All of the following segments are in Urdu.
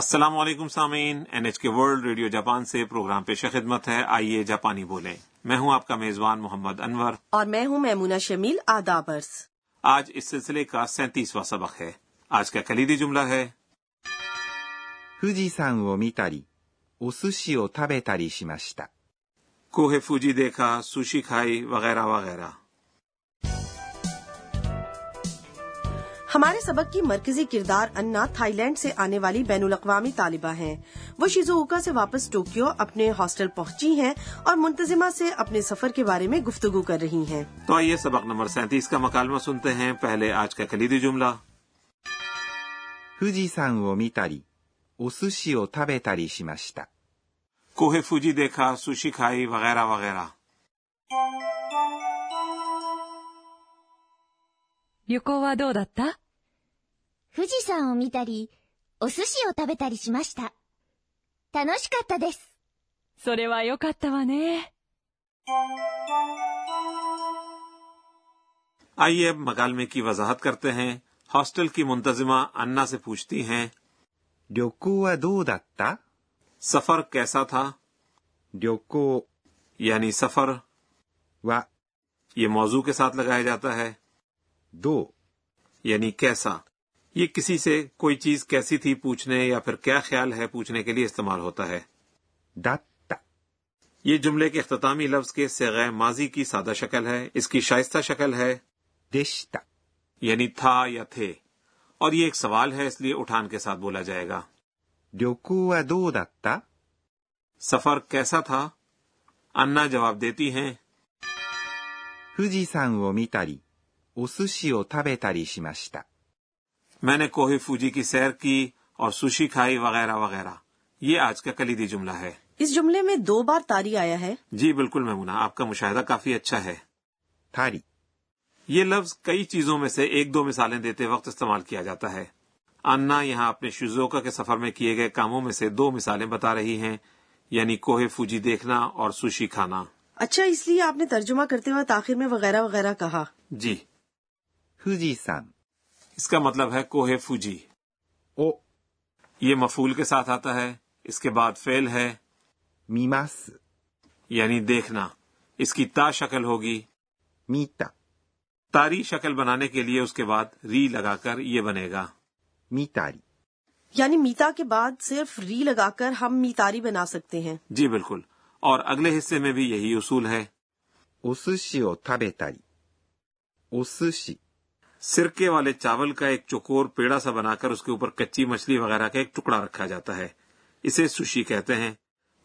السلام علیکم سامعین N H K World Radio Japan سے پروگرام پیش خدمت ہے آئیے جاپانی بولیں میں ہوں آپ کا میزبان محمد انور اور میں ہوں میمونہ شمیل آدابرس آج اس سلسلے کا سینتیسواں سبق ہے آج کا کلیدی جملہ ہے 富士山を見たり、お寿司を食べたりしました。 کوہ فوجی دیکھا سوشی کھائی وغیرہ وغیرہ ہمارے سبق کی مرکزی کردار انا تھائی لینڈ سے آنے والی بین الاقوامی طالبہ ہیں وہ شیزوکا سے واپس ٹوکیو اپنے ہاسٹل پہنچی ہیں اور منتظمہ سے اپنے سفر کے بارے میں گفتگو کر رہی ہیں تو آئیے سبق نمبر سینتیس کا مکالمہ سنتے ہیں پہلے آج کا کلیدی جملہ 富士山を見たり、お寿司を食べたりしました。 کوہ فوجی دیکھا سوشی کھائی وغیرہ وغیرہ 旅行はどうだった富士山を見たり、お寿司を食べたりしました。楽しかったです。それは良かったわね。 آئیے اب مکالمے کی وضاحت کرتے ہیں ہاسٹل کی منتظمہ انا سے پوچھتی ہیں 旅行はどうだった سفر کیسا تھا 旅行 یعنی سفر は یہ موضوع کے ساتھ لگایا جاتا ہے どう یعنی کیسا یہ کسی سے کوئی چیز کیسی تھی پوچھنے یا پھر کیا خیال ہے پوچھنے کے لیے استعمال ہوتا ہے だった。 یہ جملے کے اختتامی لفظ کے سغہ ماضی کی سادہ شکل ہے اس کی شائستہ شکل ہے でした。 یعنی تھا یا تھے اور یہ ایک سوال ہے اس لیے اٹھان کے ساتھ بولا جائے گا 旅行はどうだった سفر کیسا تھا انا جواب دیتی ہیں 富士山を見たり、お寿司を食べたりしました。 میں نے کوہ فوجی کی سیر کی اور سوشی کھائی وغیرہ وغیرہ یہ آج کا کلیدی جملہ ہے اس جملے میں دو بار تاری آیا ہے جی بالکل میمونا آپ کا مشاہدہ کافی اچھا ہے たり、 یہ لفظ کئی چیزوں میں سے ایک دو مثالیں دیتے وقت استعمال کیا جاتا ہے انا یہاں اپنے شیزوکا کے سفر میں کیے گئے کاموں میں سے دو مثالیں بتا رہی ہیں یعنی کوہ فوجی دیکھنا اور سوشی کھانا اچھا اس لیے آپ نے ترجمہ کرتے وقت آخر میں وغیرہ وغیرہ کہا جی 富士山 اس کا مطلب ہے کوہ فوجی を یہ مفول کے ساتھ آتا ہے اس کے بعد فعل ہے 見ます。 یعنی دیکھنا اس کی تا شکل ہوگی 見た。 تاری شکل بنانے کے لیے اس کے بعد ری لگا کر یہ بنے گا 見たり、 یعنی میتا کے بعد صرف ری لگا کر ہم میتاری بنا سکتے ہیں جی بالکل اور اگلے حصے میں بھی یہی اصول ہے お寿司を食べたり、お寿司、 سرکے والے چاول کا ایک چکور پیڑا سا بنا کر اس کے اوپر کچی مچھلی وغیرہ کا ایک ٹکڑا رکھا جاتا ہے اسے سوشی کہتے ہیں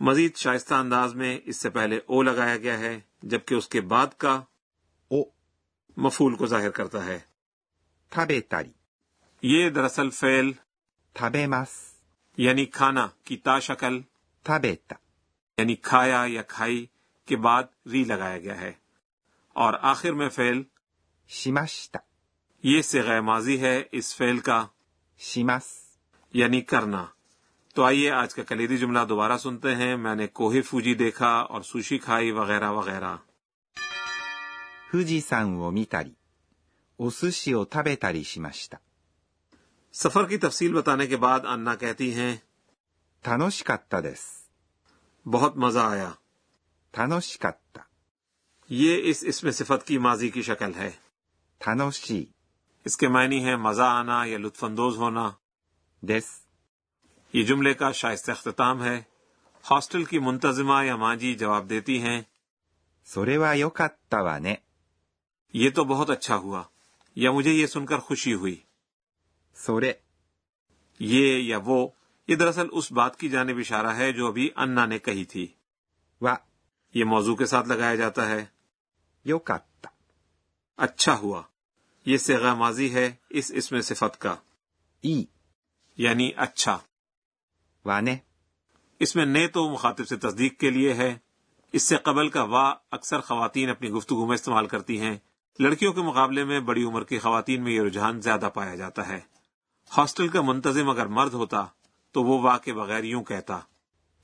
مزید شائستہ انداز میں اس سے پہلے او لگایا گیا ہے جبکہ اس کے بعد کا を مفول کو ظاہر کرتا ہے 食べたり、 یہ دراصل فعل 食べます。 یعنی کھانا کی تا شکل 食べた。 یعنی کھایا یا کھائی کے بعد ری لگایا گیا ہے اور آخر میں فعل しました。 یہ سے غیر ماضی ہے اس فعل کا します。 یعنی کرنا تو آئیے آج کا کلیدی جملہ دوبارہ سنتے ہیں میں نے کوہ فوجی دیکھا اور سوشی کھائی وغیرہ وغیرہ 富士山を見たり、お寿司を食べたりしました。 سفر کی تفصیل بتانے کے بعد انا کہتی ہیں 楽しかったです。 بہت مزہ آیا 楽しかった。 یہ اس اسم صفت کی ماضی کی شکل ہے 楽しい اس کے معنی ہے مزہ آنا یا لطف اندوز ہونا です。 یہ جملے کا شائستہ اختتام ہے ہاسٹل کی منتظمہ یا ماں جی جواب دیتی ہیں それは良かったわね。 یہ تو بہت اچھا ہوا یا مجھے یہ سن کر خوشی ہوئی それ、 یہ یا وہ یہ دراصل اس بات کی جانب اشارہ ہے جو ابھی انا نے کہی تھی は、 یہ موضوع کے ساتھ لگایا جاتا ہے 良かった。 اچھا ہوا یہ سیغا ماضی ہے اس اسم صفت کا いい、 یعنی اچھا わね。 اس میں نے تو مخاطب سے تصدیق کے لیے ہے اس سے قبل کا وا اکثر خواتین اپنی گفتگو میں استعمال کرتی ہیں لڑکیوں کے مقابلے میں بڑی عمر کی خواتین میں یہ رجحان زیادہ پایا جاتا ہے ہاسٹل کا منتظم اگر مرد ہوتا تو وہ وا کے بغیر یوں کہتا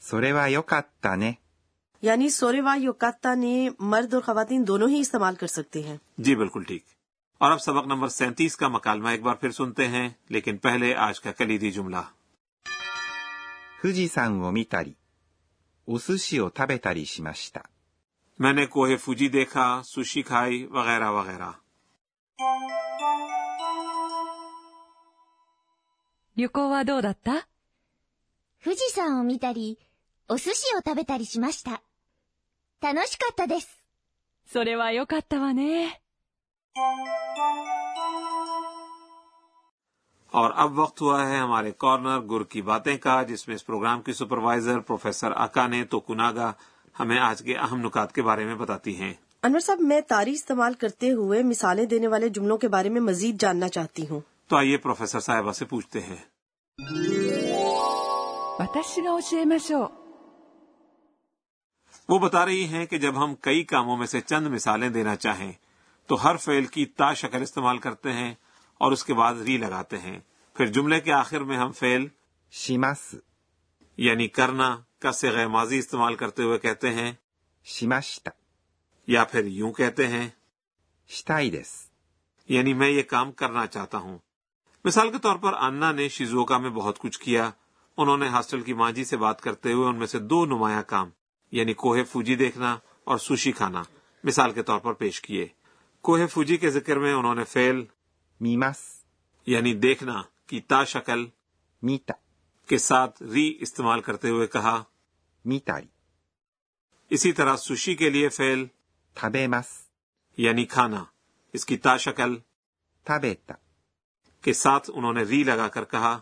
それは良かったね。 یعنی سورے وا یوکاتا نے مرد اور خواتین دونوں ہی استعمال کر سکتے ہیں جی بالکل ٹھیک اور اب سبق نمبر سینتیس کا مکالمہ ایک بار پھر سنتے ہیں لیکن پہلے آج کا کلیدی جملہ 富士山を見たり、お寿司を食べたりしました。 میں نے کوہ فوجی دیکھا سوشی کھائی وغیرہ وغیرہ 旅行はどうだった富士山を見たり、お寿司を食べたりしました。楽しかったです。それは良かったわね。 اور اب وقت ہوا ہے ہمارے کارنر گر کی باتیں کا جس میں اس پروگرام کی سپروائزر پروفیسر اکا نے تو کناگا ہمیں آج کے اہم نکات کے بارے میں بتاتی ہیں انور صاحب میں تاری استعمال کرتے ہوئے مثالیں دینے والے جملوں کے بارے میں مزید جاننا چاہتی ہوں تو آئیے پروفیسر صاحبہ سے پوچھتے ہیں 私が教えましょう。 وہ بتا رہی ہیں کہ جب ہم کئی کاموں میں سے چند مثالیں دینا چاہیں تو ہر فعل کی تا شکل استعمال کرتے ہیں اور اس کے بعد ری لگاتے ہیں پھر جملے کے آخر میں ہم فعل します、 یعنی کرنا کا صیغہ ماضی استعمال کرتے ہوئے کہتے ہیں しました、 یا پھر یوں کہتے ہیں したいです、 یعنی میں یہ کام کرنا چاہتا ہوں مثال کے طور پر انا نے شیزوکا میں بہت کچھ کیا انہوں نے ہاسٹل کی ماں جی سے بات کرتے ہوئے ان میں سے دو نمایاں کام یعنی کوہ فوجی دیکھنا اور سوشی کھانا مثال کے طور پر پیش کیے کوہ فوجی کے ذکر میں انہوں نے فعل 見ます、 یعنی دیکھنا کی تا شکل 見た、 کے ساتھ ری استعمال کرتے ہوئے کہا 見たり、 اسی طرح سوشی کے لیے فعل 食べます、 یعنی کھانا اس کی تا شکل 食べた、 کے ساتھ انہوں نے ری لگا کر کہا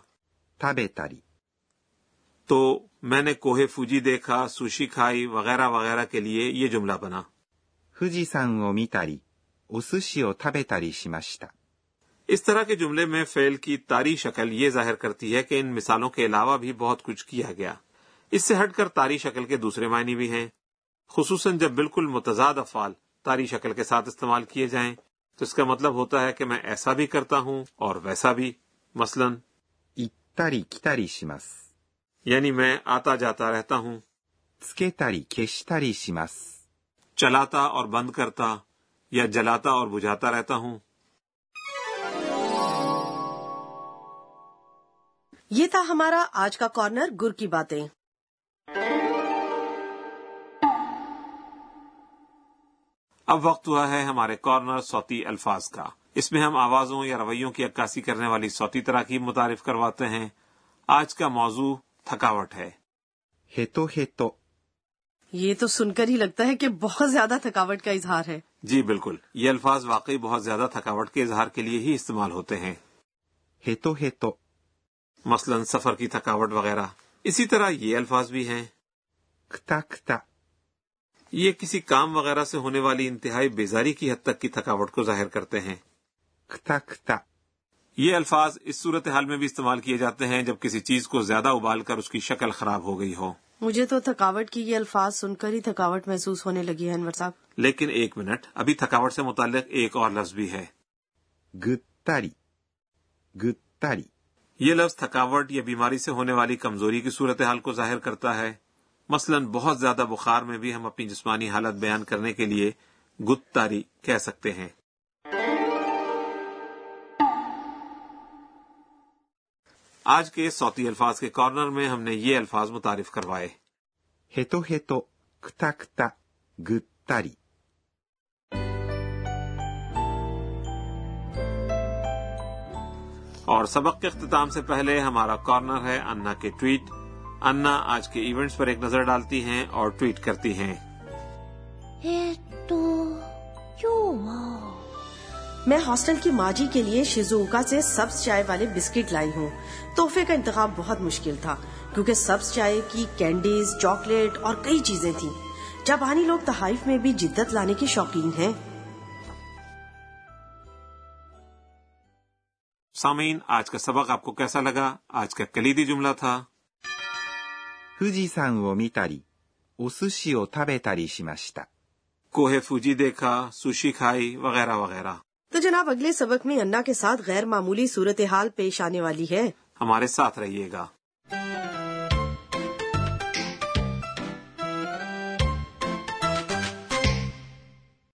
食べたり、 تو میں نے کوہ فوجی دیکھا سوشی کھائی وغیرہ وغیرہ کے لیے یہ جملہ بنا 富士山を見たり、お寿司を食べたりしました。 اس طرح کے جملے میں فعل کی تاری شکل یہ ظاہر کرتی ہے کہ ان مثالوں کے علاوہ بھی بہت کچھ کیا گیا اس سے ہٹ کر تاری شکل کے دوسرے معنی بھی ہیں خصوصاً جب بالکل متضاد افعال تاری شکل کے ساتھ استعمال کیے جائیں تو اس کا مطلب ہوتا ہے کہ میں ایسا بھی کرتا ہوں اور ویسا بھی مثلا 行ったり来たりします。 یعنی میں آتا جاتا رہتا ہوں つけたり消したりします。 چلاتا اور بند کرتا یا جلاتا اور بجھاتا رہتا ہوں یہ تھا ہمارا آج کا کارنر گر کی باتیں اب وقت ہوا ہے ہمارے کارنر صوتی الفاظ کا اس میں ہم آوازوں یا رویوں کی عکاسی کرنے والی صوتی تراکیب متعارف کرواتے ہیں آج کا موضوع تھکاوٹ ہے ヘトヘト、 یہ تو سن کر ہی لگتا ہے کہ بہت زیادہ تھکاوٹ کا اظہار ہے جی بالکل یہ الفاظ واقعی بہت زیادہ تھکاوٹ کے اظہار کے لیے ہی استعمال ہوتے ہیں ヘトヘト、 مثلا سفر کی تھکاوٹ وغیرہ اسی طرح یہ الفاظ بھی ہیں くたくた、 یہ کسی کام وغیرہ سے ہونے والی انتہائی بیزاری کی حد تک کی تھکاوٹ کو ظاہر کرتے ہیں くたくた、 یہ الفاظ اس صورتحال میں بھی استعمال کیے جاتے ہیں جب کسی چیز کو زیادہ ابال کر اس کی شکل خراب ہو گئی ہو مجھے تو تھکاوٹ کی یہ الفاظ سن کر ہی تھکاوٹ محسوس ہونے لگی ہے انور صاحب لیکن ایک منٹ ابھی تھکاوٹ سے متعلق ایک اور لفظ بھی ہے ぐったり、ぐったり、 یہ لفظ تھکاوٹ یا بیماری سے ہونے والی کمزوری کی صورتحال کو ظاہر کرتا ہے مثلا بہت زیادہ بخار میں بھی ہم اپنی جسمانی حالت بیان کرنے کے لیے گت تاری کہہ سکتے ہیں آج کے صوتی الفاظ کے کارنر میں ہم نے یہ الفاظ متعارف کروائے ヘトヘト、くたくた、ぐったり、 اور سبق کے اختتام سے پہلے ہمارا کارنر ہے انا کے ٹویٹ انا آج کے ایونٹس پر ایک نظر ڈالتی ہیں اور ٹویٹ کرتی ہیں えっと、今日は、 میں ہاسٹل کی ماجی کے لیے شیزوکا سے سبز چائے والے بسکٹ لائی ہوں تحفے کا انتخاب بہت مشکل تھا کیونکہ سبز چائے کی کینڈیز چاکلیٹ اور کئی چیزیں تھیں جاپانی لوگ تحائف میں بھی جدت لانے کے شوقین ہیں سامعین آج کا سبق آپ کو کیسا لگا آج کا کلیدی جملہ تھا 富士山を見たり、お寿司を食べたりしました。 کوہ فوجی دیکھا سوشی کھائی وغیرہ وغیرہ تو جناب اگلے سبق میں انا کے ساتھ غیر معمولی صورتحال پیش آنے والی ہے ہمارے ساتھ رہیے گا